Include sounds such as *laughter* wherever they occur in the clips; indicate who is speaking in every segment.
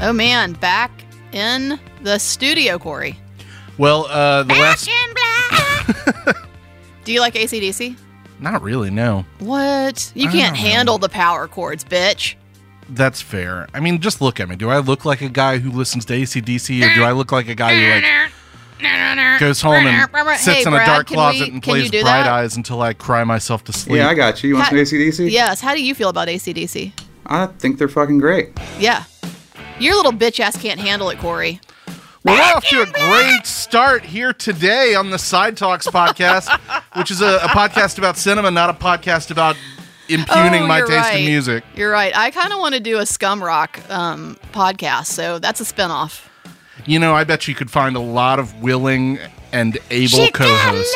Speaker 1: Oh man, back in the studio, Corey.
Speaker 2: Well, uh, the last.
Speaker 1: Do you like ACDC?
Speaker 2: Not really, no.
Speaker 1: What? You
Speaker 2: I
Speaker 1: can't
Speaker 2: don't know.
Speaker 1: handle the power chords, bitch.
Speaker 2: That's fair. I mean, just look at me. Do I look like a guy who listens to ACDC or do I look like a guy who, like, goes home and sits
Speaker 1: Hey,
Speaker 2: in a
Speaker 1: Brad,
Speaker 2: dark
Speaker 1: can
Speaker 2: closet
Speaker 1: we-
Speaker 2: and
Speaker 1: can you
Speaker 2: plays
Speaker 1: do
Speaker 2: Bright
Speaker 1: that?
Speaker 2: Eyes until I cry myself to sleep?
Speaker 3: Yeah, I got you. You want some
Speaker 1: Hi.
Speaker 3: ACDC?
Speaker 1: Yes. How do you feel about ACDC?
Speaker 3: I think they're fucking great.
Speaker 1: Yeah. Your little bitch ass can't handle it, Corey.
Speaker 2: We're off to a great start here today on the Side
Speaker 1: *laughs*
Speaker 2: Talks podcast, which is a, a podcast about cinema, not a podcast about impugning
Speaker 1: Oh,
Speaker 2: my
Speaker 1: you're
Speaker 2: taste
Speaker 1: right.
Speaker 2: in music.
Speaker 1: You're right. I kind of want to do a scum rock um, podcast, so that's a spinoff.
Speaker 2: You know, I bet you could find a lot of willing and able
Speaker 1: She got
Speaker 2: co-hosts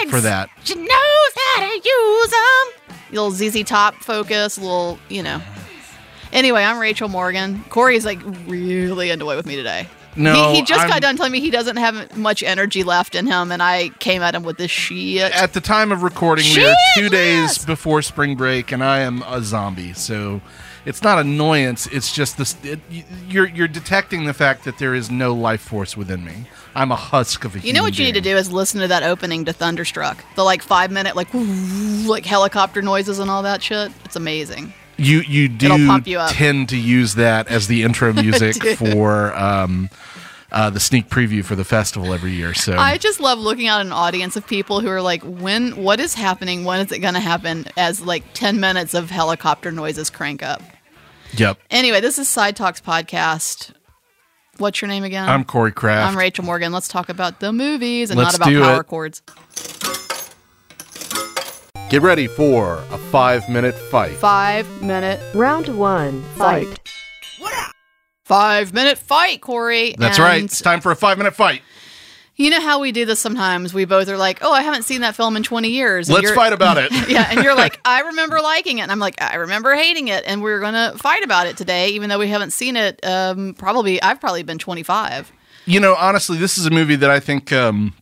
Speaker 1: legs.
Speaker 2: for that.
Speaker 1: She knows how to use them. Little ZZ Top focus, little, you know. Anyway, I'm Rachel Morgan. Corey's like really annoyed with me today.
Speaker 2: No,
Speaker 1: he, he just
Speaker 2: I'm-
Speaker 1: got done telling me he doesn't have much energy left in him, and I came at him with this shit.
Speaker 2: At the time of recording, we are
Speaker 1: Shit,
Speaker 2: two days
Speaker 1: yes.
Speaker 2: before spring break, and I am a zombie. So it's not annoyance; it's just this. It, y- you're you're detecting the fact that there is no life force within me. I'm a husk of a.
Speaker 1: You know what you need to do is listen to that opening to Thunderstruck. The like five minute like like helicopter noises and all that shit. It's amazing.
Speaker 2: You you do
Speaker 1: It'll pump you up.
Speaker 2: tend to use that as
Speaker 1: *laughs*
Speaker 2: the intro music
Speaker 1: do.
Speaker 2: for um, uh, the sneak preview for the festival every year. So
Speaker 1: I just love looking at an audience of people who are like, when, what is happening? When is it going to happen? As like 10 minutes of helicopter noises crank up.
Speaker 2: yep,
Speaker 1: Anyway, this is Side Talks Podcast. What's your name again?
Speaker 2: I'm Corey Kraft.
Speaker 1: I'm Rachel Morgan. Let's talk about the movies and
Speaker 2: Let's
Speaker 1: not
Speaker 2: do
Speaker 1: about power
Speaker 2: it.
Speaker 1: chords.
Speaker 2: Get ready for a five minute fight.
Speaker 1: Five minute,
Speaker 4: Round one, fight.
Speaker 1: five minute fight, Corey.
Speaker 2: That's
Speaker 1: And
Speaker 2: right. It's time for a five minute fight.
Speaker 1: You know how we do this sometimes? We both are like, oh, I haven't seen that film in 20 years. And
Speaker 2: Let's
Speaker 1: you're-
Speaker 2: fight
Speaker 1: *laughs*
Speaker 2: about it.
Speaker 1: yeah, and you're like, I remember liking it, and I'm like, I remember hating it, and we're gonna fight about it today, even though we haven't seen it. Um, probably, I've probably been 25.
Speaker 2: You know, honestly, this is a movie that I think um,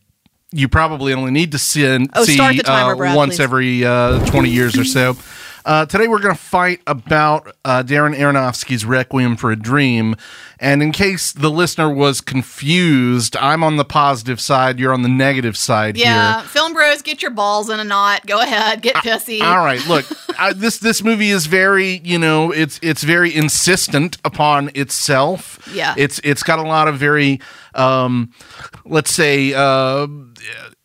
Speaker 2: you probably only need to see,
Speaker 1: Oh,
Speaker 2: see
Speaker 1: start the timer,
Speaker 2: uh,
Speaker 1: Brad,
Speaker 2: once
Speaker 1: please.
Speaker 2: every uh, 20 years
Speaker 1: *laughs*
Speaker 2: or so. Uh, today, we're going to fight about uh, Darren Aronofsky's Requiem for a Dream. And in case the listener was confused, I'm on the positive side, you're on the negative side
Speaker 1: Yeah,
Speaker 2: here.
Speaker 1: film bros, get your balls in a knot. Go ahead, get pissy.
Speaker 2: All right, look, I, this this movie is very, you know, it's it's very insistent upon itself.
Speaker 1: Yeah.
Speaker 2: it's it's got a lot of very, um, let's say, uh,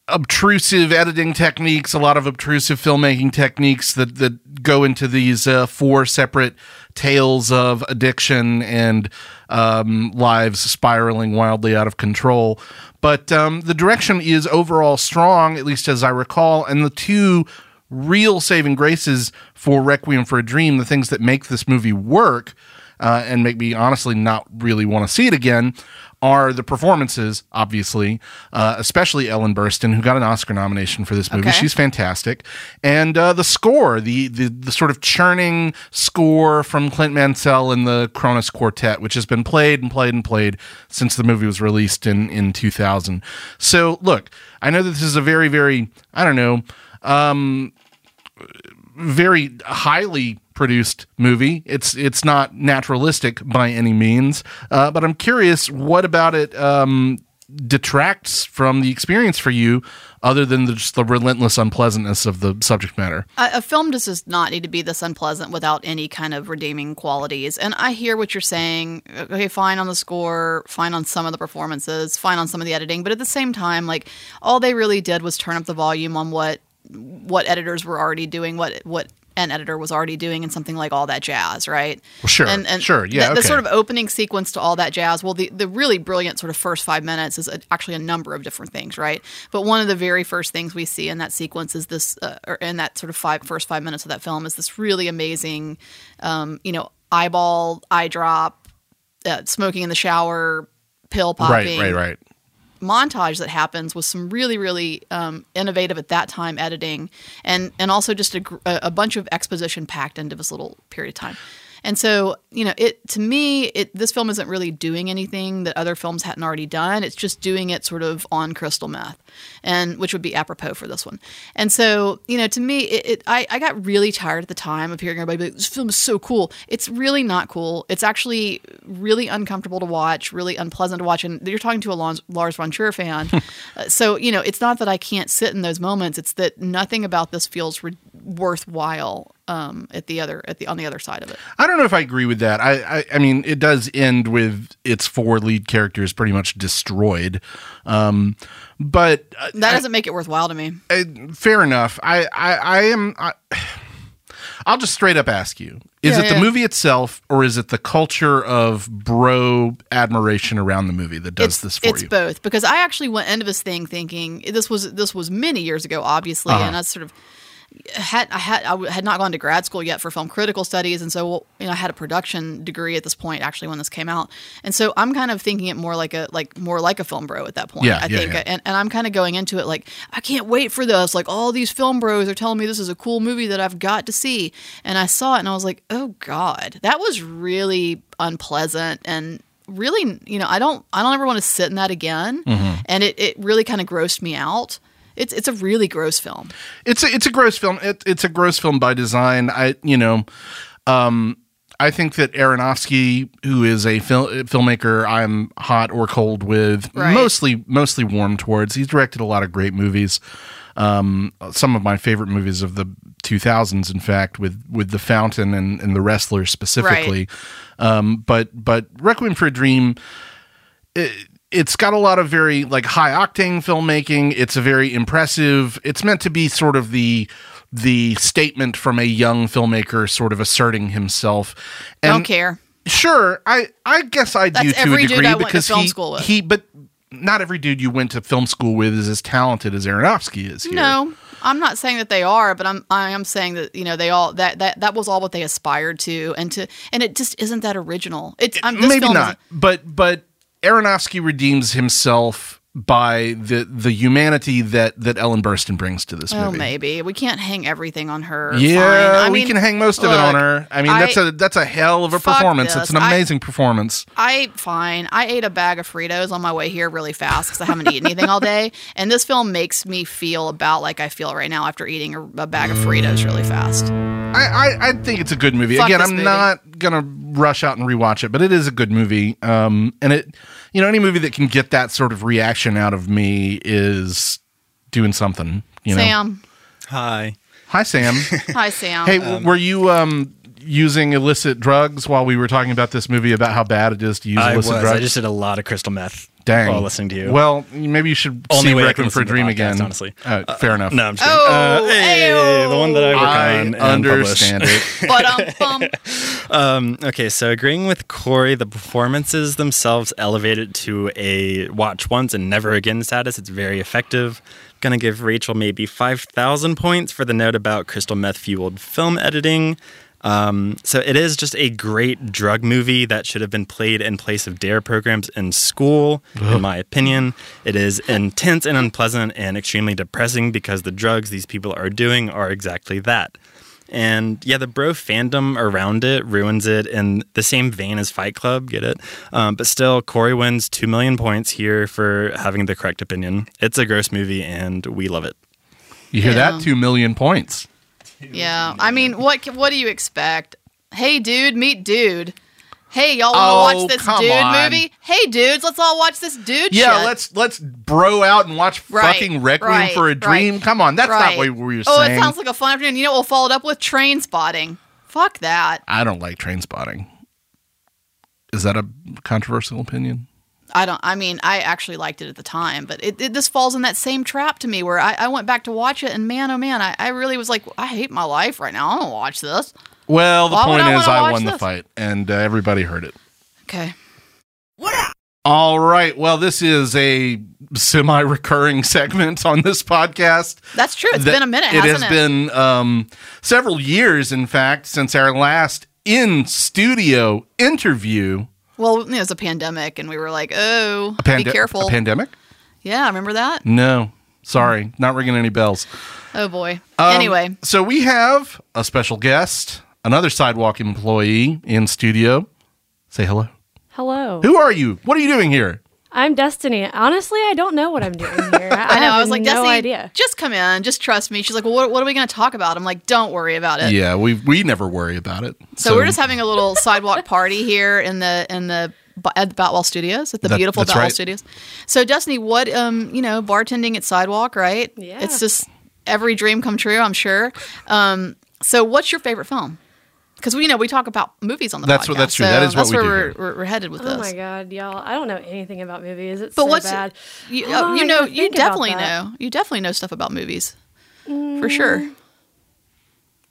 Speaker 2: obtrusive editing techniques, a lot of obtrusive filmmaking techniques that that go into these uh, four separate tales of addiction and um, lives spiraling wildly out of control. But um, the direction is overall strong, at least as I recall, and the two real saving graces for Requiem for a Dream, the things that make this movie work uh, and make me honestly not really want to see it again are the performances, obviously, uh, especially Ellen Burstyn, who got an Oscar nomination for this movie.
Speaker 1: Okay.
Speaker 2: She's fantastic, and uh, the score, the, the the sort of churning score from Clint Mansell and the Kronos Quartet, which has been played and played and played since the movie was released in in 2000. So, look, I know that this is a very, very, I don't know very highly produced movie. It's it's not naturalistic by any means, uh, but I'm curious what about it um, detracts from the experience for you, other than the, just the relentless unpleasantness of the subject matter.
Speaker 1: A, a film just does not need to be this unpleasant without any kind of redeeming qualities. And I hear what you're saying. Okay, fine on the score, fine on some of the performances, fine on some of the editing, but at the same time, like all they really did was turn up the volume on what what editors were already doing, what what an editor was already doing, and something like all that jazz, right?
Speaker 2: Well, sure, sure, yeah,
Speaker 1: The, the
Speaker 2: okay.
Speaker 1: sort of opening sequence to all that jazz. Well, the the really brilliant sort of first five minutes is a, actually a number of different things, right? But one of the very first things we see in that sequence is this, uh, or in that sort of five first five minutes of that film is this really amazing, um, you know, eyeball, eye drop, uh, smoking in the shower, pill popping,
Speaker 2: Right, right, right.
Speaker 1: montage that happens with some really really um, innovative at that time editing and and also just a, gr- a a bunch of exposition packed into this little period of time And so, you know, it to me, it this film isn't really doing anything that other films hadn't already done. It's just doing it sort of on crystal meth, and which would be apropos for this one. And so, you know, to me, it, it I, I got really tired at the time of hearing everybody be like, "This film is so cool." It's really not cool. It's actually really uncomfortable to watch, really unpleasant to watch. And you're talking to a Lars, Lars von Trier
Speaker 2: *laughs*
Speaker 1: fan, Uh, so you know, it's not that I can't sit in those moments. It's that nothing about this feels re- worthwhile um, at the other at the on the other side of it.
Speaker 2: I don't know if I agree with that. I, I, I mean, it does end with its four lead characters pretty much destroyed. Um, but uh,
Speaker 1: That doesn't make it worthwhile to me.
Speaker 2: fair enough. I, I, I am. I, *sighs* I'll just straight up ask you: Is
Speaker 1: Yeah,
Speaker 2: it
Speaker 1: yeah.
Speaker 2: the movie itself, or is it the culture of bro admiration around the movie that does
Speaker 1: it's,
Speaker 2: this for
Speaker 1: it's
Speaker 2: you?
Speaker 1: both because I actually went into this thing thinking this was this was many years ago, obviously,
Speaker 2: Uh-huh.
Speaker 1: and I sort of had I had I w- had not gone to grad school yet for film critical studies, and so you know I had a production degree at this point actually when this came out, and so I'm kind of thinking it more like a like more like a film bro at that point.
Speaker 2: Yeah,
Speaker 1: I
Speaker 2: yeah,
Speaker 1: think,
Speaker 2: yeah.
Speaker 1: and and I'm kind of going into it like I can't wait for this. Like all these film bros are telling me this is a cool movie that I've got to see, and I saw it and I was like, oh god, that was really unpleasant and really you know I don't I don't ever want to sit in that again,
Speaker 2: Mm-hmm.
Speaker 1: and it it really kind of grossed me out. It's it's a really gross film.
Speaker 2: it's a, it's a gross film. It, it's a gross film by design. I you know, um, I think that Aronofsky, who is a fil- uh, filmmaker, I'm hot or cold with,
Speaker 1: Right.
Speaker 2: mostly mostly warm towards. He's directed a lot of great movies. Um, some of my favorite movies of the 2000s, in fact, with with The Fountain and, and The Wrestler specifically. Um, but but Requiem for a Dream it's got a lot of very like high octane filmmaking. It's a very impressive. It's meant to be sort of the the statement from a young filmmaker sort of asserting himself.
Speaker 1: I
Speaker 2: And
Speaker 1: don't care.
Speaker 2: Sure, I I guess I do to
Speaker 1: every
Speaker 2: a
Speaker 1: dude
Speaker 2: degree
Speaker 1: I went to
Speaker 2: because
Speaker 1: film
Speaker 2: he,
Speaker 1: school with.
Speaker 2: he but not every dude you went to film school with is as talented as Aronofsky is here.
Speaker 1: No, I'm not saying that they are, but I'm I am saying that you know they all that that that was all what they aspired to, and to and it just isn't that original. It's I'm, um, this
Speaker 2: maybe
Speaker 1: film
Speaker 2: not, but but Aronofsky redeems himself by the the humanity that that Ellen Burstyn brings to this
Speaker 1: Is, oh,
Speaker 2: movie.
Speaker 1: maybe we can't hang everything on her.
Speaker 2: Yeah,
Speaker 1: Fine. I
Speaker 2: we
Speaker 1: mean,
Speaker 2: can hang most of it on
Speaker 1: look,
Speaker 2: her. I mean, that's
Speaker 1: I-
Speaker 2: a that's a hell of a
Speaker 1: Fuck
Speaker 2: performance.
Speaker 1: this.
Speaker 2: It's an
Speaker 1: I-
Speaker 2: amazing performance.
Speaker 1: I fine. I ate a bag of Fritos on my way here really fast because I haven't eaten anything all
Speaker 2: *laughs*
Speaker 1: day, and this film makes me feel about like I feel right now after eating a, a bag of Fritos really fast.
Speaker 2: I, I I think it's a good movie.
Speaker 1: Fuck
Speaker 2: Again,
Speaker 1: this
Speaker 2: I'm
Speaker 1: movie.
Speaker 2: not gonna rush out and rewatch it, but it is a good movie. Um, and it, you know, any movie that can get that sort of reaction out of me is doing something. You know,
Speaker 1: Sam,
Speaker 5: Hi.
Speaker 2: hi Sam.
Speaker 1: *laughs* hi Sam.
Speaker 2: hey, w were you um using illicit drugs while we were talking about this movie about how bad it is to use
Speaker 5: I was.
Speaker 2: illicit drugs?
Speaker 5: I just did a lot of crystal meth
Speaker 2: Dang.
Speaker 5: while listening to you.
Speaker 2: Well, maybe you should
Speaker 5: Only
Speaker 2: see
Speaker 5: way I can
Speaker 2: Requiem for
Speaker 5: listen
Speaker 2: a
Speaker 5: to the
Speaker 2: Dream
Speaker 5: podcast,
Speaker 2: again.
Speaker 5: honestly.
Speaker 2: Uh, fair enough.
Speaker 5: no, I'm just kidding.
Speaker 1: Oh,
Speaker 5: Uh, hey,
Speaker 1: ayo.
Speaker 5: the one that I work
Speaker 2: I
Speaker 5: on and
Speaker 2: understand
Speaker 5: publish.
Speaker 2: it.
Speaker 1: but um, bum.
Speaker 5: Um, Okay, so agreeing with Corey, the performances themselves elevated to a watch once and never again status. It's very effective. Gonna give Rachel maybe 5,000 points for the note about crystal meth fueled film editing. Um, so it is just a great drug movie that should have been played in place of DARE programs in school, in my opinion. It is intense and unpleasant and extremely depressing because the drugs these people are doing are exactly that. And yeah, the bro fandom around it ruins it in the same vein as Fight Club, get it? Um, but still, Corey wins 2 million points here for having the correct opinion. It's a gross movie and we love it.
Speaker 2: *laughs* You hear
Speaker 1: Yeah.
Speaker 2: that? Two million points.
Speaker 1: Yeah, I mean, what ca- what do you expect? Hey, dude, meet dude. Hey, y'all want to
Speaker 2: Oh,
Speaker 1: watch this
Speaker 2: come
Speaker 1: dude
Speaker 2: on.
Speaker 1: movie? Hey, dudes, let's all watch this dude.
Speaker 2: Yeah,
Speaker 1: shit.
Speaker 2: let's let's bro out and watch
Speaker 1: Right,
Speaker 2: fucking Requiem
Speaker 1: right,
Speaker 2: for a Dream.
Speaker 1: right,
Speaker 2: Come on, that's
Speaker 1: Right.
Speaker 2: not what we were
Speaker 1: Oh,
Speaker 2: saying.
Speaker 1: it sounds like a fun afternoon. You know what we'll follow it up with? Train spotting. Fuck that.
Speaker 2: I don't like train spotting. Is that a controversial opinion?
Speaker 1: I don't. I mean, I actually liked it at the time, but it, it this falls in that same trap to me where I, I went back to watch it, and man, oh man, I, I really was like, I hate my life right now. I don't watch this.
Speaker 2: Well, the
Speaker 1: Why would
Speaker 2: point
Speaker 1: I
Speaker 2: is,
Speaker 1: wanna
Speaker 2: I
Speaker 1: watch
Speaker 2: won the
Speaker 1: this?
Speaker 2: fight, and uh, everybody heard it.
Speaker 1: Okay.
Speaker 2: All right. Well, this is a semi-recurring segment on this podcast.
Speaker 1: That's true. *laughs* It's
Speaker 2: that-
Speaker 1: been a minute,
Speaker 2: It
Speaker 1: hasn't
Speaker 2: has
Speaker 1: it?
Speaker 2: been um, several years, in fact, since our last in studio interview.
Speaker 1: well, you know, it was a pandemic, and we were like, oh, be
Speaker 2: Pande-
Speaker 1: careful.
Speaker 2: a pandemic?
Speaker 1: yeah, remember that?
Speaker 2: No, sorry, not ringing any bells.
Speaker 1: Oh boy.
Speaker 2: Um,
Speaker 1: anyway,
Speaker 2: so we have a special guest. another sidewalk employee in studio. Say hello.
Speaker 6: Hello.
Speaker 2: Who are you? What are you doing here?
Speaker 6: I'm Destiny. Honestly, I don't know what
Speaker 1: *laughs*
Speaker 6: I'm doing here. I,
Speaker 1: I know.
Speaker 6: have
Speaker 1: I was like,
Speaker 6: no
Speaker 1: Destiny,
Speaker 6: idea.
Speaker 1: just come in. Just trust me. She's like, well, what, what are we going to talk about? I'm like, don't worry about it.
Speaker 2: Yeah, we we never worry about it.
Speaker 1: Uh, So, we're just having a little
Speaker 6: *laughs*
Speaker 1: sidewalk party here in the in the bo- at the Batwell Studios at the
Speaker 2: That-
Speaker 1: beautiful
Speaker 2: that's
Speaker 1: Batwell
Speaker 2: right.
Speaker 1: Studios. So Destiny, what um you know bartending at Sidewalk, right?
Speaker 6: Yeah.
Speaker 1: it's just every dream come true. I'm sure. Um, so what's your favorite film? Because we you know we talk about movies on the
Speaker 2: That's
Speaker 1: podcast.
Speaker 2: what- that's true.
Speaker 1: So
Speaker 2: That is what
Speaker 1: that's
Speaker 2: we
Speaker 1: where
Speaker 2: do
Speaker 1: we're,
Speaker 2: here.
Speaker 1: we're we're headed with
Speaker 6: Oh
Speaker 1: this.
Speaker 6: my god, y'all! I don't know anything about movies. It's
Speaker 1: But
Speaker 6: so
Speaker 1: what's
Speaker 6: bad.
Speaker 1: you,
Speaker 6: How
Speaker 1: uh,
Speaker 6: am
Speaker 1: you
Speaker 6: I
Speaker 1: know
Speaker 6: gonna
Speaker 1: you
Speaker 6: think about
Speaker 1: definitely
Speaker 6: that? Mm.
Speaker 1: know you definitely know stuff about movies for sure.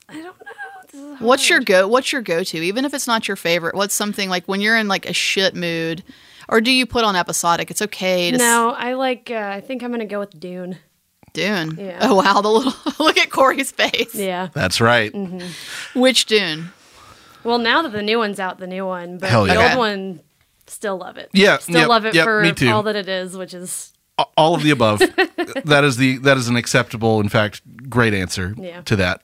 Speaker 6: I don't know. This is
Speaker 1: What's your
Speaker 6: hard.
Speaker 1: go? What's your go-to? Even if it's not your favorite, what's something like when you're in like a shit mood, or do you put on episodic? It's okay to
Speaker 6: No, I like. Uh, I think I'm gonna go with Dune.
Speaker 1: s- Dune.
Speaker 6: Yeah.
Speaker 1: Oh wow, the little *laughs* look at Corey's face.
Speaker 6: Yeah.
Speaker 2: That's right.
Speaker 1: Mm-hmm. Which Dune?
Speaker 6: Well, now that the new one's out, the new one, but
Speaker 2: Hell
Speaker 6: the
Speaker 2: yeah.
Speaker 6: old one, still love it.
Speaker 2: Yeah,
Speaker 6: Still
Speaker 2: yep,
Speaker 6: love it
Speaker 2: yep,
Speaker 6: for
Speaker 2: me too.
Speaker 6: all that it is, which is
Speaker 2: A- All of the
Speaker 1: *laughs*
Speaker 2: above. that is the that is an acceptable, in fact, great answer
Speaker 6: Yeah.
Speaker 2: to that.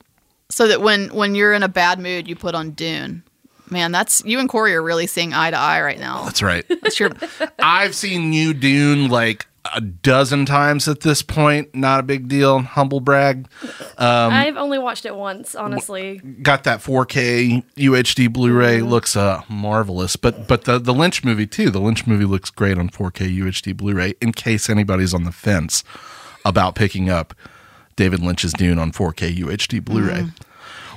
Speaker 1: So that when when you're in a bad mood, you put on Dune. Man, that's you and Corey are really seeing eye to eye right now.
Speaker 2: That's right.
Speaker 1: That's your
Speaker 2: I've seen you Dune like a dozen times at this point. Not a big deal. Humble brag. Um,
Speaker 6: I've only watched it once, honestly.
Speaker 2: Got that 4K UHD Blu-ray. Looks uh, marvelous. But but the the Lynch movie too. The Lynch movie looks great on 4K UHD Blu-ray. In case anybody's on the fence about picking up David Lynch's Dune on 4K UHD Blu-ray.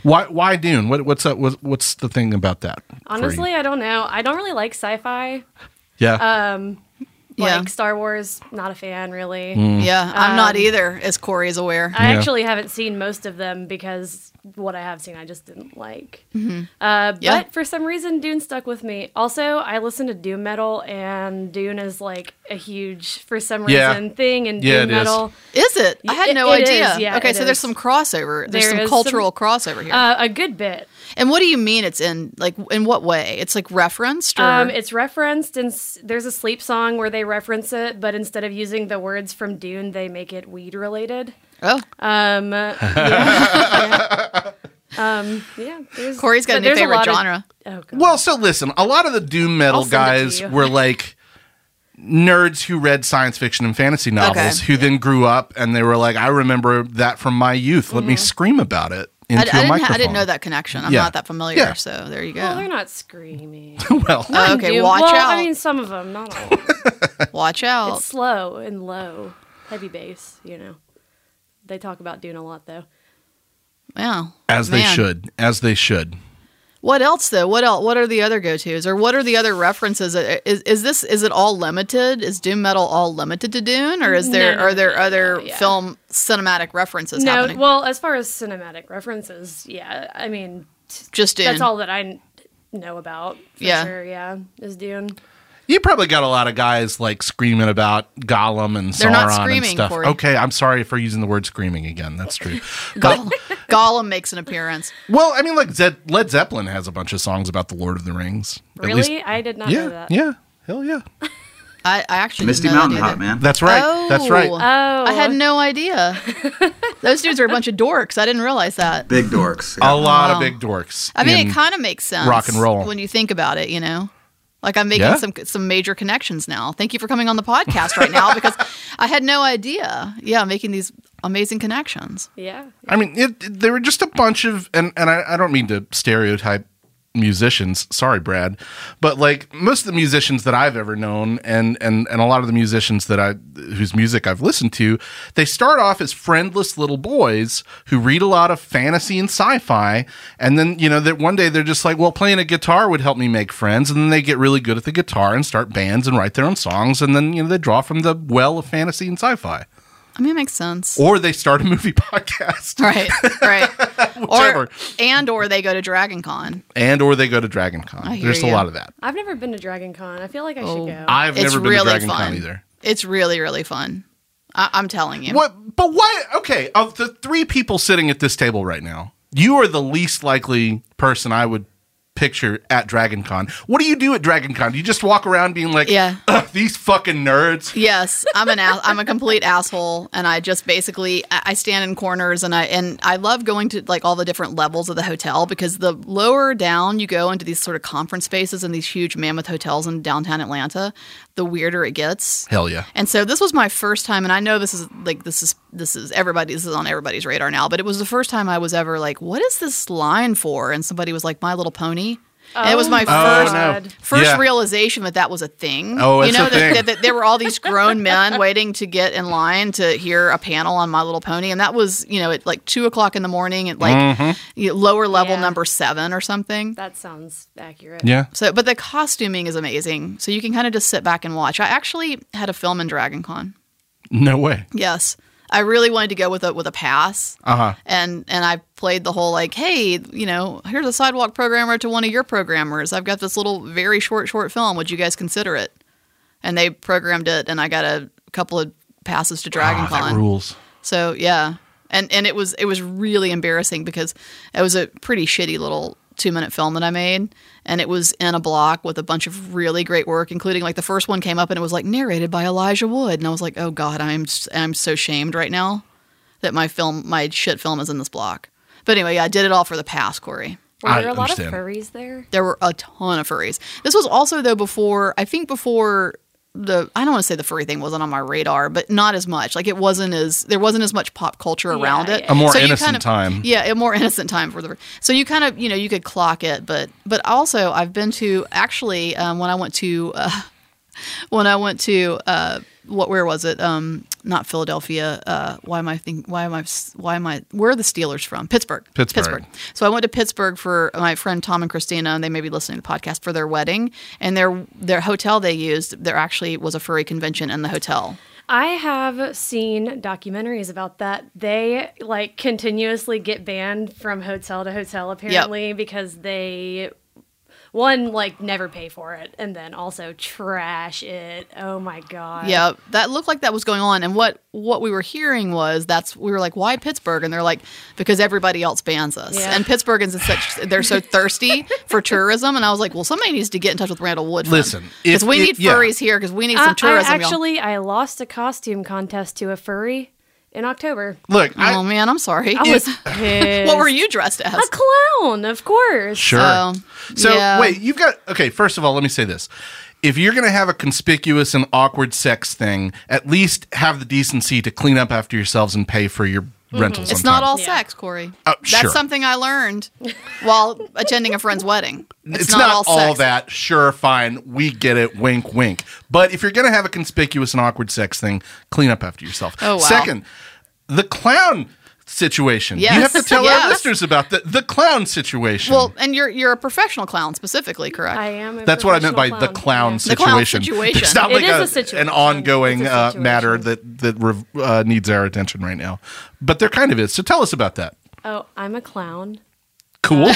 Speaker 2: Why why Dune? What what's up? What, what's the thing about that? for you?
Speaker 6: Honestly, I don't know. I don't really like sci-fi.
Speaker 2: yeah.
Speaker 1: yeah
Speaker 6: Like Star Wars, not a fan really.
Speaker 1: yeah. I'm
Speaker 6: Um,
Speaker 1: not either, as Corey is aware.
Speaker 6: I
Speaker 2: Yeah.
Speaker 6: actually haven't seen most of them because what I have seen, I just didn't like. Uh, but
Speaker 1: Mm-hmm. Yeah.
Speaker 6: for some reason, Dune stuck with me. Also, I listen to Doom metal, and Dune is like a huge, for some
Speaker 2: Yeah.
Speaker 6: reason, thing in
Speaker 2: Yeah, it
Speaker 6: Doom
Speaker 2: is.
Speaker 6: metal.
Speaker 1: is it? I had
Speaker 6: It-
Speaker 1: no
Speaker 6: it is,
Speaker 1: idea.
Speaker 6: yeah,
Speaker 1: okay,
Speaker 6: it
Speaker 1: so there's
Speaker 6: is.
Speaker 1: some crossover. There's
Speaker 6: There
Speaker 1: some
Speaker 6: is some-
Speaker 1: cultural crossover here.
Speaker 6: Uh, a good bit.
Speaker 1: And what do you mean it's in like in what way? It's like referenced or
Speaker 6: Um, it's referenced, and there's a sleep song where they reference it, but instead of using the words from Dune, they make it weed related.
Speaker 1: oh
Speaker 6: Um, *laughs* yeah,
Speaker 2: *laughs*
Speaker 6: yeah. Um, yeah, there's-
Speaker 1: Corey's got a
Speaker 6: but
Speaker 1: new
Speaker 6: there's
Speaker 1: favorite
Speaker 6: lot of-
Speaker 1: genre.
Speaker 6: oh, God.
Speaker 2: Well, so listen, a lot of the doom
Speaker 6: I'll
Speaker 2: metal
Speaker 6: send it to
Speaker 2: guys
Speaker 6: you.
Speaker 2: were like nerds who read science fiction and fantasy novels
Speaker 1: Okay.
Speaker 2: who then grew up and they were like, I remember that from my youth. Let me scream about it
Speaker 1: Mm-hmm. I, I
Speaker 2: into a
Speaker 1: didn't ha-
Speaker 2: microphone.
Speaker 1: I didn't know that connection. I'm
Speaker 2: Yeah.
Speaker 1: not that familiar,
Speaker 2: Yeah.
Speaker 1: so there you go.
Speaker 6: Well, they're not screaming.
Speaker 2: *laughs* well,
Speaker 1: Oh, okay,
Speaker 6: Doom-
Speaker 1: watch
Speaker 6: well,
Speaker 1: out. Oh.
Speaker 6: I mean, some of them, not all.
Speaker 1: *laughs*
Speaker 6: of them.
Speaker 1: Watch out.
Speaker 6: it's slow and low, heavy bass. You know, they talk about Dune a lot though.
Speaker 1: yeah.
Speaker 2: as they
Speaker 1: Man.
Speaker 2: should, as they should.
Speaker 1: What else though? What else? What are the other go-tos or what are the other references? Uh, Is, is this is it all limited? Is doom metal all limited to Dune or is
Speaker 6: No,
Speaker 1: there
Speaker 6: no,
Speaker 1: are there
Speaker 6: no, no,
Speaker 1: other
Speaker 6: no, yeah.
Speaker 1: film cinematic references
Speaker 6: no,
Speaker 1: happening?
Speaker 6: well, as far as cinematic references, yeah. I mean, t-
Speaker 1: Just Dune.
Speaker 6: that's all that I kn- know about. For
Speaker 1: Yeah.
Speaker 6: sure, yeah, is Dune.
Speaker 2: You probably got a lot of guys like screaming about Gollum and
Speaker 1: They're
Speaker 2: Sauron
Speaker 1: not
Speaker 2: and
Speaker 1: screaming,
Speaker 2: stuff.
Speaker 1: Corey.
Speaker 2: Okay, I'm sorry for using the word screaming again.
Speaker 1: *laughs*
Speaker 2: That's true. But
Speaker 1: Gollum, Gollum makes an appearance.
Speaker 2: well, I mean, like Zed- Led Zeppelin has a bunch of songs about the Lord of the Rings. At
Speaker 6: Really,
Speaker 2: least-
Speaker 6: I did not know
Speaker 2: yeah,
Speaker 6: that.
Speaker 2: yeah, hell yeah.
Speaker 1: I, I actually
Speaker 3: Misty
Speaker 1: didn't know that
Speaker 3: Mountain
Speaker 1: either.
Speaker 3: Hot, man.
Speaker 2: That's right. That's right.
Speaker 1: Oh.
Speaker 6: Oh,
Speaker 1: I had no idea. Those dudes are a bunch of dorks. I didn't realize that.
Speaker 3: Big dorks.
Speaker 2: A lot
Speaker 1: Wow.
Speaker 2: of big dorks.
Speaker 1: Oh. I mean,
Speaker 2: in-
Speaker 1: it kind of makes sense.
Speaker 2: rock and roll.
Speaker 1: when you think about it, you know. Like I'm making
Speaker 2: Yeah.
Speaker 1: some some major connections now. Thank you for coming on the podcast right now
Speaker 2: *laughs*
Speaker 1: because I had no idea. Yeah, I'm making these amazing connections.
Speaker 6: Yeah,
Speaker 2: I mean, it, it- they were just a bunch of, and and I, I don't mean to stereotype musicians. Sorry, Brad, but like most of the musicians that I've ever known, and and and a lot of the musicians that I whose music I've listened to, they start off as friendless little boys who read a lot of fantasy and sci-fi, and then you know that one day they're just like, well, playing a guitar would help me make friends, and then they get really good at the guitar and start bands and write their own songs, and then you know they draw from the well of fantasy and sci-fi,
Speaker 1: I mean, it makes sense.
Speaker 2: or they start a movie *laughs*
Speaker 1: *laughs*
Speaker 2: podcast.
Speaker 1: right, right.
Speaker 2: *laughs* Whichever.
Speaker 1: or and or they go to Dragon Con.
Speaker 2: and or they go to Dragon Con.
Speaker 1: I hear
Speaker 2: There's
Speaker 1: you.
Speaker 2: a lot of that.
Speaker 6: I've never been to Dragon Con. I feel like I
Speaker 1: Oh.
Speaker 6: should go.
Speaker 2: I've
Speaker 1: it's
Speaker 2: never been
Speaker 1: really
Speaker 2: to Dragon
Speaker 1: fun.
Speaker 2: Con either.
Speaker 1: It's really really fun. I, I'm telling you.
Speaker 2: What? But why? Okay, of the three people sitting at this table right now, you are the least likely person I would picture at Dragon Con. What do you do at Dragon Con? Do you just walk around being like,
Speaker 1: Yeah.
Speaker 2: *laughs* "Ugh, these fucking nerds?
Speaker 1: Yes, I'm an ass- I'm a complete asshole, and I just basically I I stand in corners, and I and I love going to like all the different levels of the hotel because the lower down you go into these sort of conference spaces and these huge mammoth hotels in downtown Atlanta, the weirder it gets.
Speaker 2: Hell yeah.
Speaker 1: And so this was my first time, and I know this is like this is this is everybody this is on everybody's radar now, but it was the first time I was ever like, what is this line for? And somebody was like, My Little Pony. and it was my first
Speaker 6: Oh God.
Speaker 1: first
Speaker 2: Oh, Yeah.
Speaker 1: realization that that was a thing.
Speaker 2: Oh,
Speaker 1: you
Speaker 2: it's
Speaker 1: know that,
Speaker 2: a thing.
Speaker 1: That, that there were all these grown men waiting to get in line to hear a panel on My Little Pony, and that was you know at like two o'clock in the morning at like
Speaker 2: Mm-hmm.
Speaker 1: you know, lower level
Speaker 6: Yeah.
Speaker 1: number seven or something.
Speaker 6: That sounds accurate.
Speaker 2: Yeah.
Speaker 1: So, but the costuming is amazing. So you can kind of just sit back and watch. I actually had a film in Dragon Con.
Speaker 2: No way.
Speaker 1: Yes. I really wanted to go with a with a pass.
Speaker 2: Uh-huh.
Speaker 1: And and I played the whole like, hey, you know, here's a sidewalk programmer to one of your programmers. I've got this little very short short film. Would you guys consider it? And they programmed it and I got a couple of passes to Dragon
Speaker 2: Ah, that
Speaker 1: Con.
Speaker 2: rules.
Speaker 1: So yeah, and and it was it was really embarrassing because it was a pretty shitty little two minute film that I made, and it was in a block with a bunch of really great work, including like the first one came up and it was like narrated by Elijah Wood, and I was like, oh god, I'm s- I'm so shamed right now that my film my shit film is in this block. But anyway, yeah, I did it all for the pass, Corey.
Speaker 6: Were
Speaker 2: I
Speaker 6: there a lot of
Speaker 2: understand.
Speaker 6: furries there?
Speaker 1: There were a ton of furries. This was also though before I think before the I don't want to say the furry thing wasn't on my radar, but not as much. Like it wasn't as there wasn't as much pop culture around it.
Speaker 6: yeah.
Speaker 2: A more
Speaker 1: you
Speaker 2: innocent
Speaker 1: kind of-
Speaker 2: time.
Speaker 1: Yeah, a more innocent time for the. So you kind of you know you could clock it, but but also I've been to actually um, when I went to uh, when I went to uh, what where was it? Um, not Philadelphia. Uh, why am I think? Why am I? Why am I? Where are the Steelers from? Pittsburgh.
Speaker 2: Pittsburgh.
Speaker 1: So I went to Pittsburgh for my friend Tom and Christina, and they may be listening to the podcast for their wedding. And their their hotel they used there actually was a furry convention in the hotel.
Speaker 6: I have seen documentaries about that. They like continuously get banned from hotel to hotel apparently because they one like never pay for it and then also trash it. Oh my god.
Speaker 1: Yeah, that looked like that was going on. And what what we were hearing was that's we were like, why Pittsburgh? And they're like, because everybody else bans us.
Speaker 6: Yeah.
Speaker 1: And Pittsburghans is such they're so
Speaker 6: *laughs*
Speaker 1: thirsty for tourism. And I was like, well, somebody needs to get in touch with Randall Wood.
Speaker 2: Listen, if
Speaker 1: because we
Speaker 2: it-
Speaker 1: need
Speaker 2: yeah.
Speaker 1: furries here because we need
Speaker 6: I-
Speaker 1: some tourism.
Speaker 6: I
Speaker 1: y'all.
Speaker 6: actually I lost a costume contest to a furry in October.
Speaker 2: Look,
Speaker 1: oh
Speaker 2: I,
Speaker 1: man, I'm sorry.
Speaker 6: I was
Speaker 1: *laughs*
Speaker 6: pissed.
Speaker 1: what were you dressed as?
Speaker 6: A clown, of course.
Speaker 2: sure.
Speaker 1: So,
Speaker 2: So
Speaker 1: yeah.
Speaker 2: wait, you've got okay. First of all, let me say this: if you're going to have a conspicuous and awkward sex thing, at least have the decency to clean up after yourselves and pay for your rentals.
Speaker 1: Mm-hmm. It's not all
Speaker 6: Yeah.
Speaker 1: sex, Corey.
Speaker 2: Oh,
Speaker 1: That's
Speaker 2: sure.
Speaker 1: something I
Speaker 6: *laughs*
Speaker 1: learned while attending a friend's wedding. It's,
Speaker 2: It's, not, all,
Speaker 1: sex.
Speaker 2: that. Sure, fine, we get it. Wink, wink. But if you're going to have a conspicuous and awkward sex thing, clean up after yourself.
Speaker 1: Oh, wow.
Speaker 2: Second, the clown situation. You have
Speaker 1: Yes,
Speaker 2: to tell
Speaker 1: yes.
Speaker 2: our listeners about the the clown situation.
Speaker 1: Well, and you're you're a professional clown specifically, correct?
Speaker 6: I am. a
Speaker 2: That's what I meant by
Speaker 6: professional
Speaker 2: the clown
Speaker 1: The
Speaker 2: situation.
Speaker 1: clown situation.
Speaker 2: It's not
Speaker 6: It
Speaker 2: like
Speaker 6: is
Speaker 2: a-
Speaker 6: a situation.
Speaker 2: an ongoing
Speaker 6: It's a
Speaker 2: uh,
Speaker 6: situation.
Speaker 2: matter that that rev- uh, needs our attention right now, but there kind of is. So tell us about that.
Speaker 6: Oh, I'm a clown.
Speaker 2: Cool.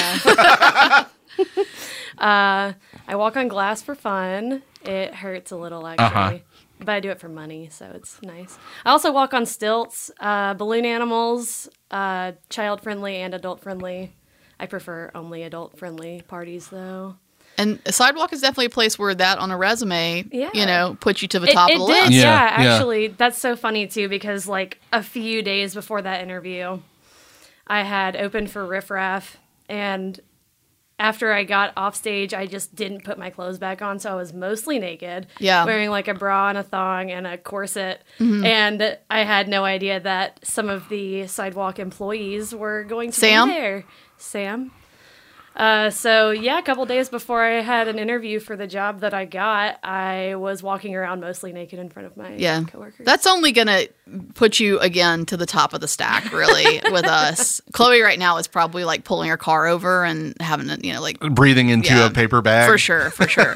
Speaker 6: I walk on glass for fun. It hurts a little actually, but I do it for money, so it's nice. I also walk on stilts, uh, balloon animals, uh, child friendly and adult friendly. I prefer only adult friendly parties though.
Speaker 1: And a sidewalk is definitely a place where that on a resume,
Speaker 6: Yeah.
Speaker 1: you know, puts you to the
Speaker 6: It,
Speaker 1: top
Speaker 6: it
Speaker 1: of the
Speaker 6: did,
Speaker 1: list.
Speaker 6: yeah,
Speaker 2: Yeah, yeah.
Speaker 6: Actually, that's so funny too because like a few days before that interview, I had opened for Riff Raff, and after I got off stage, I just didn't put my clothes back on, so I was mostly naked.
Speaker 1: Yeah. Mm-hmm.
Speaker 6: wearing like a bra and a thong and a corset, and I had no idea that some of the sidewalk employees were going to
Speaker 1: Sam?
Speaker 6: be there. Sam. Uh, so yeah, a couple days before I had an interview for the job that I got, I was walking around mostly naked in front of my
Speaker 1: Yeah.
Speaker 6: coworkers.
Speaker 1: That's only going to put you again to the top of the stack,
Speaker 6: *laughs*
Speaker 1: really, with us. Chloe right now is probably like pulling her car over and having to, you know, like.
Speaker 2: *laughs* Breathing into
Speaker 1: Yeah.
Speaker 2: a paper bag
Speaker 1: For sure, for
Speaker 2: *laughs*
Speaker 1: sure.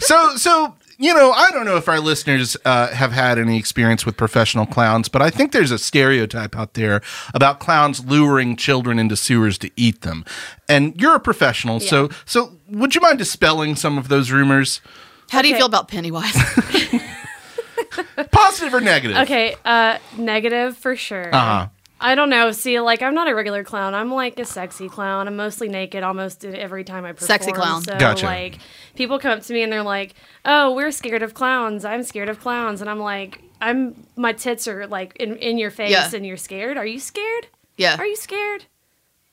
Speaker 2: So so. You know, I don't know if our listeners uh, have had any experience with professional clowns, but I think there's a stereotype out there about clowns luring children into sewers to eat them. And you're a professional, so so would you mind dispelling some of those rumors,
Speaker 1: How do you
Speaker 6: Okay.
Speaker 1: feel about Pennywise? *laughs*
Speaker 2: positive or negative?
Speaker 6: okay, uh, negative for sure.
Speaker 2: Uh-huh.
Speaker 6: I don't know. See, like I'm not a regular clown. I'm like a sexy clown. I'm mostly naked almost every time I perform.
Speaker 1: Sexy clown.
Speaker 6: So,
Speaker 2: Gotcha.
Speaker 6: Like people come up to me and they're like, "Oh, we're scared of clowns. I'm scared of clowns." And I'm like, "I'm my tits are like in, in your face,
Speaker 1: Yeah.
Speaker 6: and you're scared. Are you scared?
Speaker 1: Yeah.
Speaker 6: Are you scared?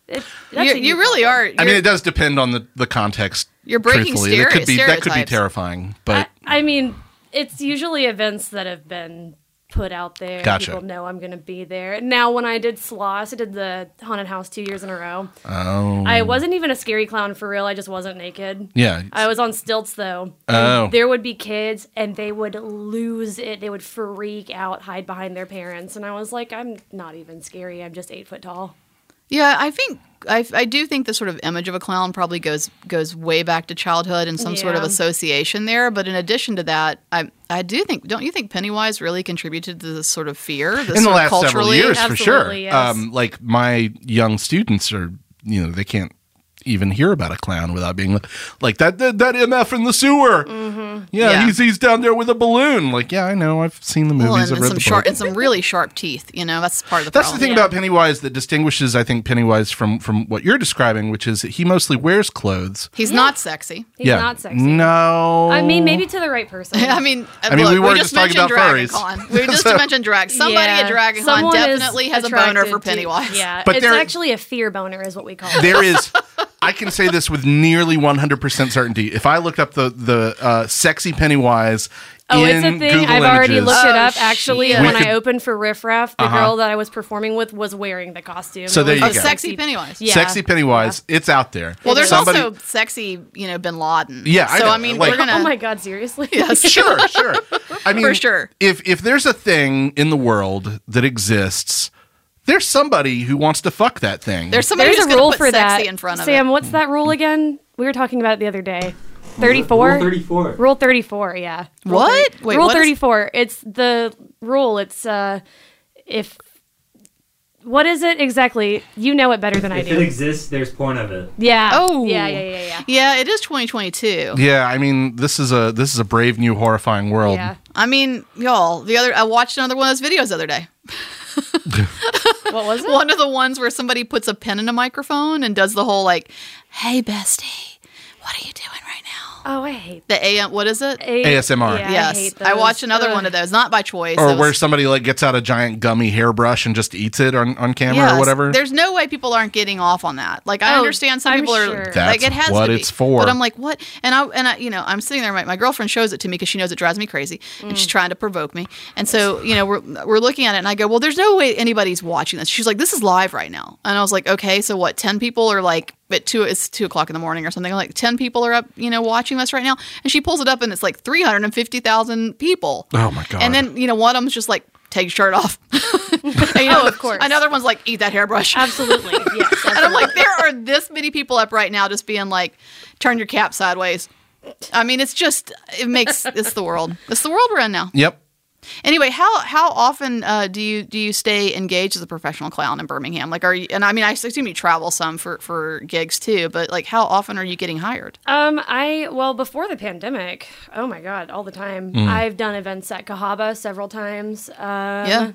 Speaker 6: It, that's
Speaker 1: you,
Speaker 6: a
Speaker 1: you
Speaker 6: you-
Speaker 1: really are.
Speaker 2: I mean,
Speaker 1: you're-
Speaker 2: it does depend on the, the context.
Speaker 1: You're breaking
Speaker 2: truthfully. That could be that could be
Speaker 1: stereotypes.
Speaker 2: terrifying, but
Speaker 6: I, I mean, it's usually events that have been put out there.
Speaker 2: Gotcha.
Speaker 6: People know I'm going to be there. Now, when I did Sloss, I did the haunted house two years in a row.
Speaker 2: oh
Speaker 6: I wasn't even a scary clown for real. I just wasn't naked.
Speaker 2: yeah,
Speaker 6: I was on stilts though.
Speaker 2: Oh.
Speaker 6: There would be kids and they would lose it. They would freak out, hide behind their parents. And I was like, I'm not even scary. I'm just eight foot tall.
Speaker 1: Yeah, I think I, I do think the sort of image of a clown probably goes goes way back to childhood and some sort of
Speaker 6: Yeah.
Speaker 1: association there. But in addition to that, I I do think don't you think Pennywise really contributed to this sort of fear this
Speaker 2: in the
Speaker 1: sort of
Speaker 2: last several
Speaker 1: culturally-
Speaker 2: years for sure.
Speaker 6: Absolutely, yes.
Speaker 2: Um, like my young students are, you know, they can't even hear about a clown without being like that that, that MF in the sewer. Yeah,
Speaker 1: Yeah.
Speaker 2: he's he's down there with a balloon. Like, yeah, I know. I've seen the movies.
Speaker 1: Well, and,
Speaker 2: I've read
Speaker 1: and some
Speaker 2: the
Speaker 1: sharp
Speaker 2: book.
Speaker 1: and some really sharp teeth. You know, that's part of the
Speaker 2: That's the
Speaker 1: problem.
Speaker 2: thing
Speaker 6: Yeah.
Speaker 2: about Pennywise that distinguishes, I think, Pennywise from from what you're describing, which is that he mostly wears clothes.
Speaker 1: He's not sexy. *laughs*
Speaker 6: He's
Speaker 2: yeah, Mm.
Speaker 6: not sexy.
Speaker 2: No,
Speaker 6: I mean, maybe to the right person.
Speaker 1: I mean, uh,
Speaker 2: I mean,
Speaker 1: look,
Speaker 2: we
Speaker 1: we,
Speaker 2: were
Speaker 1: just
Speaker 2: just talking
Speaker 1: mentioned
Speaker 2: about
Speaker 1: Dragon
Speaker 2: furries.
Speaker 1: Con. We
Speaker 2: *laughs*
Speaker 1: just mentioned drag. Somebody
Speaker 6: Yeah.
Speaker 1: at Dragon Con
Speaker 6: Someone is
Speaker 1: definitely has a boner
Speaker 6: attracted
Speaker 1: for
Speaker 6: to-
Speaker 1: Pennywise. *laughs*
Speaker 6: yeah,
Speaker 2: But
Speaker 6: it's
Speaker 2: there-
Speaker 6: actually a fear boner, is what we call it.
Speaker 2: there is i can say this with nearly 100% certainty if i looked up the the uh, sexy pennywise
Speaker 6: Oh,
Speaker 2: in
Speaker 6: it's a thing.
Speaker 2: Google
Speaker 6: I've already
Speaker 2: Images,
Speaker 6: looked it
Speaker 1: Oh,
Speaker 6: up. Actually,
Speaker 1: shit.
Speaker 6: when
Speaker 2: We could- Uh-huh.
Speaker 6: I opened for Riff Raff, the girl that I was performing with was wearing the costume.
Speaker 2: So
Speaker 6: It
Speaker 2: there
Speaker 6: was
Speaker 2: you
Speaker 1: Oh,
Speaker 2: go.
Speaker 1: sexy Pennywise.
Speaker 6: Yeah.
Speaker 2: sexy pennywise it's out there
Speaker 1: Well, there's
Speaker 2: Somebody-
Speaker 1: also sexy, you know, Bin Laden.
Speaker 2: Yeah, I
Speaker 1: So
Speaker 2: know,
Speaker 1: I mean,
Speaker 2: like-
Speaker 1: we're gonna.
Speaker 6: Oh my god,
Speaker 1: *laughs*
Speaker 6: seriously?
Speaker 2: *laughs* sure sure i mean
Speaker 1: sure.
Speaker 2: if if there's a thing in the world that exists there's somebody who wants to fuck that thing
Speaker 1: There's somebody
Speaker 6: There's
Speaker 1: who's
Speaker 6: a
Speaker 1: going
Speaker 6: rule
Speaker 1: to put
Speaker 6: for that.
Speaker 1: sexy in front of
Speaker 6: Sam,
Speaker 1: it.
Speaker 6: what's that rule again? We were talking about it the other day. 34?
Speaker 3: Rule 34.
Speaker 6: Rule 34, yeah. Rule
Speaker 1: What?
Speaker 6: 30
Speaker 1: Wait,
Speaker 6: rule
Speaker 1: what is-
Speaker 6: 34. It's the rule. It's uh if what is it exactly? You know it better than I
Speaker 7: If it
Speaker 6: do.
Speaker 7: exists, there's porn of it.
Speaker 6: Yeah.
Speaker 1: Oh.
Speaker 6: Yeah, yeah, yeah, yeah.
Speaker 1: Yeah, it is 2022.
Speaker 2: yeah i mean this is a this is a brave new horrifying world
Speaker 6: Yeah.
Speaker 1: I mean, y'all, the other I watched another one of those videos the other day.
Speaker 6: What was it?
Speaker 1: One of the ones where somebody puts a pen in a microphone and does the whole like, "Hey bestie, what are you doing right now?"
Speaker 6: Oh, I hate
Speaker 1: The AM, what is it?
Speaker 6: A-
Speaker 2: ASMR.
Speaker 6: Yeah,
Speaker 1: yes,
Speaker 6: I, hate
Speaker 1: I
Speaker 6: those.
Speaker 1: watched another
Speaker 6: Ugh. *laughs*
Speaker 1: one of those, not by choice.
Speaker 2: or
Speaker 1: It
Speaker 2: where
Speaker 1: was-
Speaker 2: somebody like gets out a giant gummy hairbrush and just eats it on, on camera
Speaker 1: Yes,
Speaker 2: or whatever
Speaker 1: There's no way people aren't getting off on that. Like I
Speaker 6: Oh,
Speaker 1: understand some
Speaker 6: I'm
Speaker 1: people
Speaker 6: sure.
Speaker 1: are like
Speaker 2: That's
Speaker 1: it has
Speaker 2: what
Speaker 1: to be.
Speaker 2: it's for.
Speaker 1: But I'm like, what? And I and I, you know, I'm sitting there. My, my girlfriend shows it to me because she knows it drives me crazy, and
Speaker 6: Mm.
Speaker 1: she's trying to provoke me. And so you know, we're we're looking at it, and I go, well, there's no way anybody's watching this. She's like, this is live right now, and I was like, okay, so what? Ten people are like. At two, it's two o'clock in the morning or something. I'm like ten people are up, you know, watching this right now. And she pulls it up, and it's like three hundred and fifty thousand people.
Speaker 2: Oh, my God.
Speaker 1: And then you know, one of them's just like, take your shirt off. And, you know, *laughs*
Speaker 6: Oh, of course.
Speaker 1: Another one's like, eat that hairbrush.
Speaker 6: Absolutely. Yes.
Speaker 1: And I'm like, there are this many people up right now just being like, turn your cap sideways. I mean, it's just, it makes, it's the world. It's the world we're in now.
Speaker 2: yep
Speaker 1: Anyway, how how often uh, do you do you stay engaged as a professional clown in Birmingham? Like, are you? And I mean, I assume you travel some for for gigs too. But like, how often are you getting hired?
Speaker 6: Um, I well before the pandemic. Oh my god, all the time.
Speaker 2: Hmm.
Speaker 6: I've done events at Cahaba several times. Um,
Speaker 1: yeah.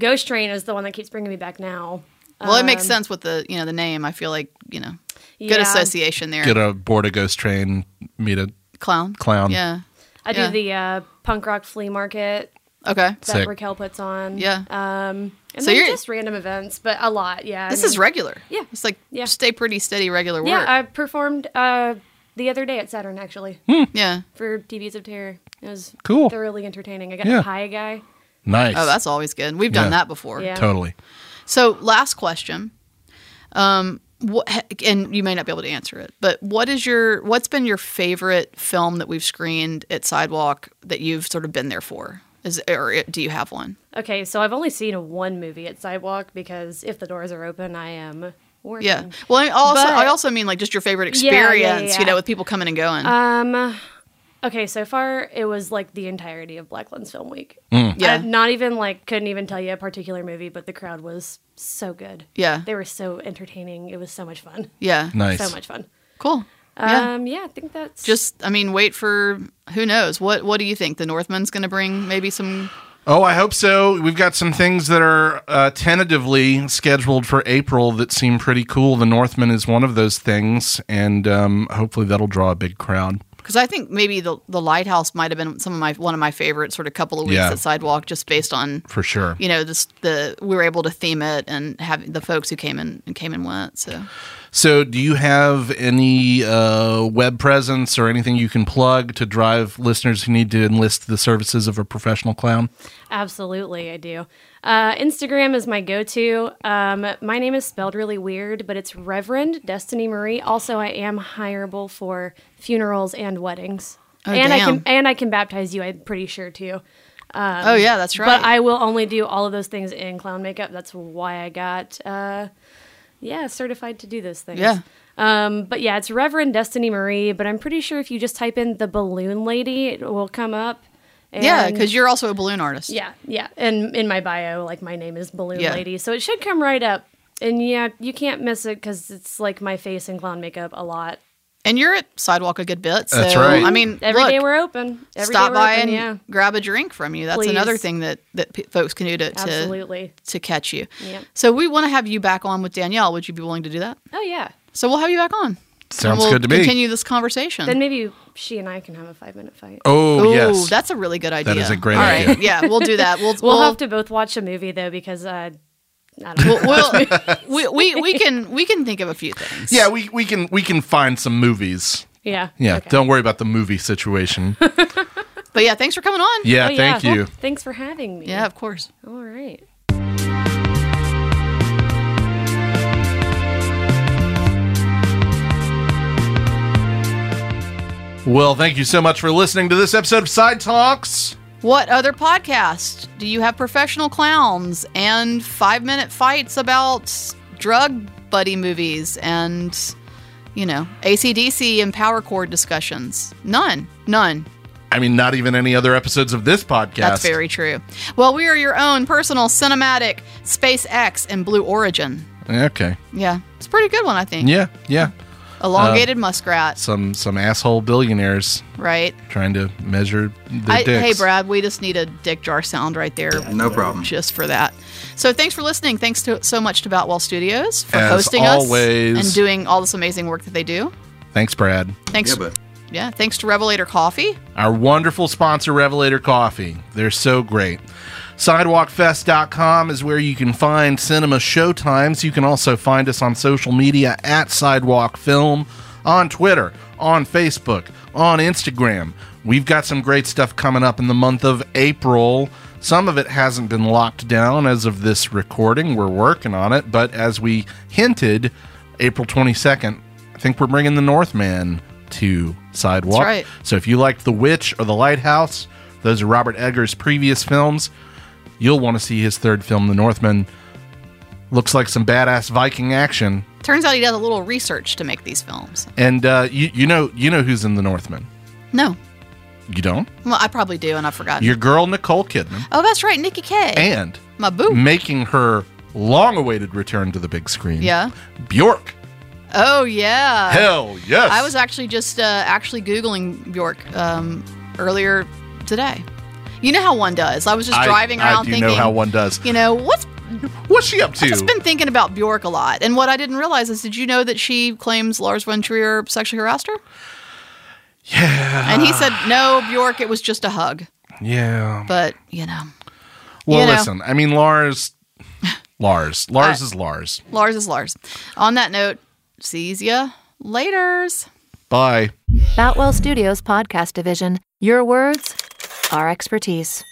Speaker 6: Ghost Train is the one that keeps bringing me back now.
Speaker 1: Well, it makes sense with the you know the name. I feel like you know good
Speaker 6: Um, Yeah.
Speaker 1: association there.
Speaker 2: get a board a ghost train meet a
Speaker 1: clown.
Speaker 2: clown
Speaker 1: Yeah.
Speaker 6: I do
Speaker 1: yeah.
Speaker 6: the uh, punk rock flea market
Speaker 1: Okay.
Speaker 6: that
Speaker 2: Sick.
Speaker 6: Raquel puts on.
Speaker 1: Yeah.
Speaker 6: Um, and
Speaker 1: So
Speaker 6: so
Speaker 1: you're-
Speaker 6: you're just random events, but a lot. Yeah. I
Speaker 1: This
Speaker 6: mean-
Speaker 1: is regular.
Speaker 6: Yeah.
Speaker 1: It's like
Speaker 6: Yeah.
Speaker 1: stay pretty steady regular work.
Speaker 6: Yeah, I performed uh, the other day at Saturn actually
Speaker 1: yeah.
Speaker 6: for TVs of Terror. It was
Speaker 2: Hmm. Cool.
Speaker 6: thoroughly entertaining. I got
Speaker 2: Yeah.
Speaker 6: to pie a guy.
Speaker 2: Nice.
Speaker 1: Oh, that's always good. We've done
Speaker 2: Yeah.
Speaker 1: that before.
Speaker 6: Yeah.
Speaker 2: totally.
Speaker 1: So, last question. Um, what, and you may not be able to answer it, but what is your what's been your favorite film that we've screened at Sidewalk that you've sort of been there for? Is or uh, do you have one?
Speaker 6: Okay, so I've only seen one movie at Sidewalk because if the doors are open, I am working.
Speaker 1: Yeah. Well, I also
Speaker 6: But-
Speaker 1: I also mean like just your favorite
Speaker 6: Yeah, yeah, yeah,
Speaker 1: experience, you
Speaker 6: yeah.
Speaker 1: know, with people coming and going.
Speaker 6: Um. Okay, so far it was like the entirety of Black Lens Film Week.
Speaker 1: yeah.
Speaker 6: I'm not even like couldn't even tell you a particular movie, but the crowd was so good.
Speaker 1: Yeah.
Speaker 6: They were so entertaining. It was so much fun.
Speaker 1: yeah.
Speaker 2: Nice.
Speaker 6: So much fun.
Speaker 1: Cool. Yeah.
Speaker 6: Um. Yeah, I think that's
Speaker 1: just I mean, wait for who knows what. What do you think the Northman's going to bring? Maybe some
Speaker 2: Oh, I hope so. We've got some things that are uh, tentatively scheduled for April that seem pretty cool. The Northman is one of those things, and um, hopefully that'll draw a big crowd.
Speaker 1: Because I think maybe the the lighthouse might have been some of my one of my favorite sort of couple of weeks
Speaker 2: Yeah.
Speaker 1: at Sidewalk, just based on
Speaker 2: For sure.
Speaker 1: you know just the we were able to theme it and have the folks who came in and came and went. So
Speaker 6: Um,
Speaker 2: So, do you have any uh, web presence or anything you can plug to drive listeners who need to enlist the services of a professional clown?
Speaker 6: Absolutely, I do. Uh, Instagram is my go to. Um, my name is spelled really weird, but it's Reverend Destiny Marie. Also, I am hireable for funerals and weddings.
Speaker 1: Oh,
Speaker 6: and I can
Speaker 1: damn.
Speaker 6: and I can baptize you, I'm pretty sure too.
Speaker 1: oh yeah, that's right.
Speaker 6: But I will only do all of those things in clown makeup. That's why I got uh, yeah, certified to do those things.
Speaker 1: yeah.
Speaker 6: Um, but yeah, it's Reverend Destiny Marie, but I'm pretty sure if you just type in the balloon lady, it will come up. And
Speaker 1: Yeah, because you're also a balloon artist.
Speaker 6: yeah, yeah. And in my bio, like my name is Balloon
Speaker 1: Yeah.
Speaker 6: Lady, so it should come right up. And yeah, you can't miss it because it's like my face in clown makeup a lot.
Speaker 1: and you're at Sidewalk a good bit. So
Speaker 2: That's right.
Speaker 1: I mean,
Speaker 6: Every
Speaker 1: look,
Speaker 6: day we're open. Every day
Speaker 1: stop
Speaker 6: we're
Speaker 1: by
Speaker 6: open,
Speaker 1: and
Speaker 6: yeah,
Speaker 1: grab a drink from you. That's
Speaker 6: Please.
Speaker 1: another thing that that p- folks can do to to,
Speaker 6: absolutely.
Speaker 1: to catch you.
Speaker 6: Yep.
Speaker 1: So we want to have you back on with Danielle. Would you be willing to do that?
Speaker 6: Oh yeah.
Speaker 1: So we'll have you back on.
Speaker 2: Sounds
Speaker 1: And we'll
Speaker 2: good to me.
Speaker 1: Continue this conversation.
Speaker 6: Then maybe she and I can have a five minute fight.
Speaker 2: Oh,
Speaker 1: Ooh,
Speaker 2: yes.
Speaker 1: that's a really good idea.
Speaker 2: is a great
Speaker 1: All right,
Speaker 2: idea.
Speaker 1: *laughs* yeah, we'll do that. We'll
Speaker 6: We'll, have to both watch a movie though because uh, I don't know.
Speaker 1: We'll,
Speaker 6: *laughs*
Speaker 1: we'll- *laughs* we, we we can we can think of a few things.
Speaker 2: yeah, we, we can we can find some movies.
Speaker 6: yeah.
Speaker 2: Yeah,
Speaker 6: Okay.
Speaker 2: don't worry about the
Speaker 1: *laughs*
Speaker 2: movie situation.
Speaker 1: But Oh, yeah, thanks for coming on.
Speaker 2: Yeah,
Speaker 6: Oh,
Speaker 2: thank
Speaker 6: yeah.
Speaker 2: you.
Speaker 6: Thanks for having me.
Speaker 1: Yeah, of course.
Speaker 6: All right.
Speaker 2: Well, thank you so much for listening to this episode of Side Talks.
Speaker 1: What other podcast do you have professional clowns and five minute fights about drug buddy movies and, you know, ACDC and power chord discussions? None. None.
Speaker 2: I mean, not even any other episodes of this podcast.
Speaker 1: That's very true. Well, we are your own personal cinematic SpaceX and Blue Origin.
Speaker 2: Okay.
Speaker 1: Yeah, it's a pretty good one, I think.
Speaker 2: Yeah, yeah. Um,
Speaker 1: Elongated muskrat,
Speaker 2: Some some asshole billionaires
Speaker 1: right?
Speaker 2: trying to measure their
Speaker 1: I,
Speaker 2: dicks.
Speaker 1: hey, Brad, we just need a dick jar sound right there.
Speaker 3: No problem.
Speaker 1: just for that. So thanks for listening. Thanks to, so much to Boutwell Studios for
Speaker 2: As
Speaker 1: hosting
Speaker 2: always.
Speaker 1: us and doing all this amazing work that they do.
Speaker 2: Thanks, Brad.
Speaker 1: Thanks.
Speaker 3: Yeah, but
Speaker 1: yeah, thanks to Revelator Coffee.
Speaker 2: Our wonderful sponsor, Revelator Coffee. They're so great. Sidewalkfest.com is where you can find cinema showtimes. You can also find us on social media at Sidewalk Film, on Twitter, on Facebook, on Instagram. We've got some great stuff coming up in the month of April. Some of it hasn't been locked down as of this recording. We're working on it, but as we hinted, April 22nd, I think we're bringing the Northman to Sidewalk.
Speaker 1: That's right.
Speaker 2: So if you liked The Witch or The Lighthouse, those are Robert Edgar's previous films. You'll want to see his third film, The Northman. Looks like some badass Viking action.
Speaker 1: Turns out he does a little research to make these films.
Speaker 2: And uh, you, you know you know who's in The Northman.
Speaker 1: No,
Speaker 2: You don't?
Speaker 1: well, I probably do, and I've forgotten.
Speaker 2: Your girl Nicole Kidman.
Speaker 1: oh, that's right, Nikki K.
Speaker 2: And Mm.
Speaker 1: my boo.
Speaker 2: making her long-awaited return to the big screen.
Speaker 1: Yeah.
Speaker 2: Bjork.
Speaker 1: oh yeah.
Speaker 2: Hell yes.
Speaker 1: I was actually just uh, actually googling Bjork um, earlier today. You know how one does. I was just
Speaker 2: I-
Speaker 1: driving
Speaker 2: I
Speaker 1: around
Speaker 2: do
Speaker 1: thinking,
Speaker 2: know how one does.
Speaker 1: you know, what's
Speaker 2: What's she up to?
Speaker 1: I've just been thinking about Bjork a lot, and what I didn't realize is, did you know that she claims Lars von Trier sexually harassed her? Yeah. And he said, "No, Bjork, it was just a hug."
Speaker 2: yeah.
Speaker 1: But you know,
Speaker 2: Well,
Speaker 1: You know.
Speaker 2: listen. I mean, Lars, Lars, Lars
Speaker 1: I-
Speaker 2: is Lars.
Speaker 1: Lars is Lars. On that note, sees ya later's.
Speaker 2: Bye.
Speaker 7: Boutwell Studios Podcast Division. Your words, our expertise.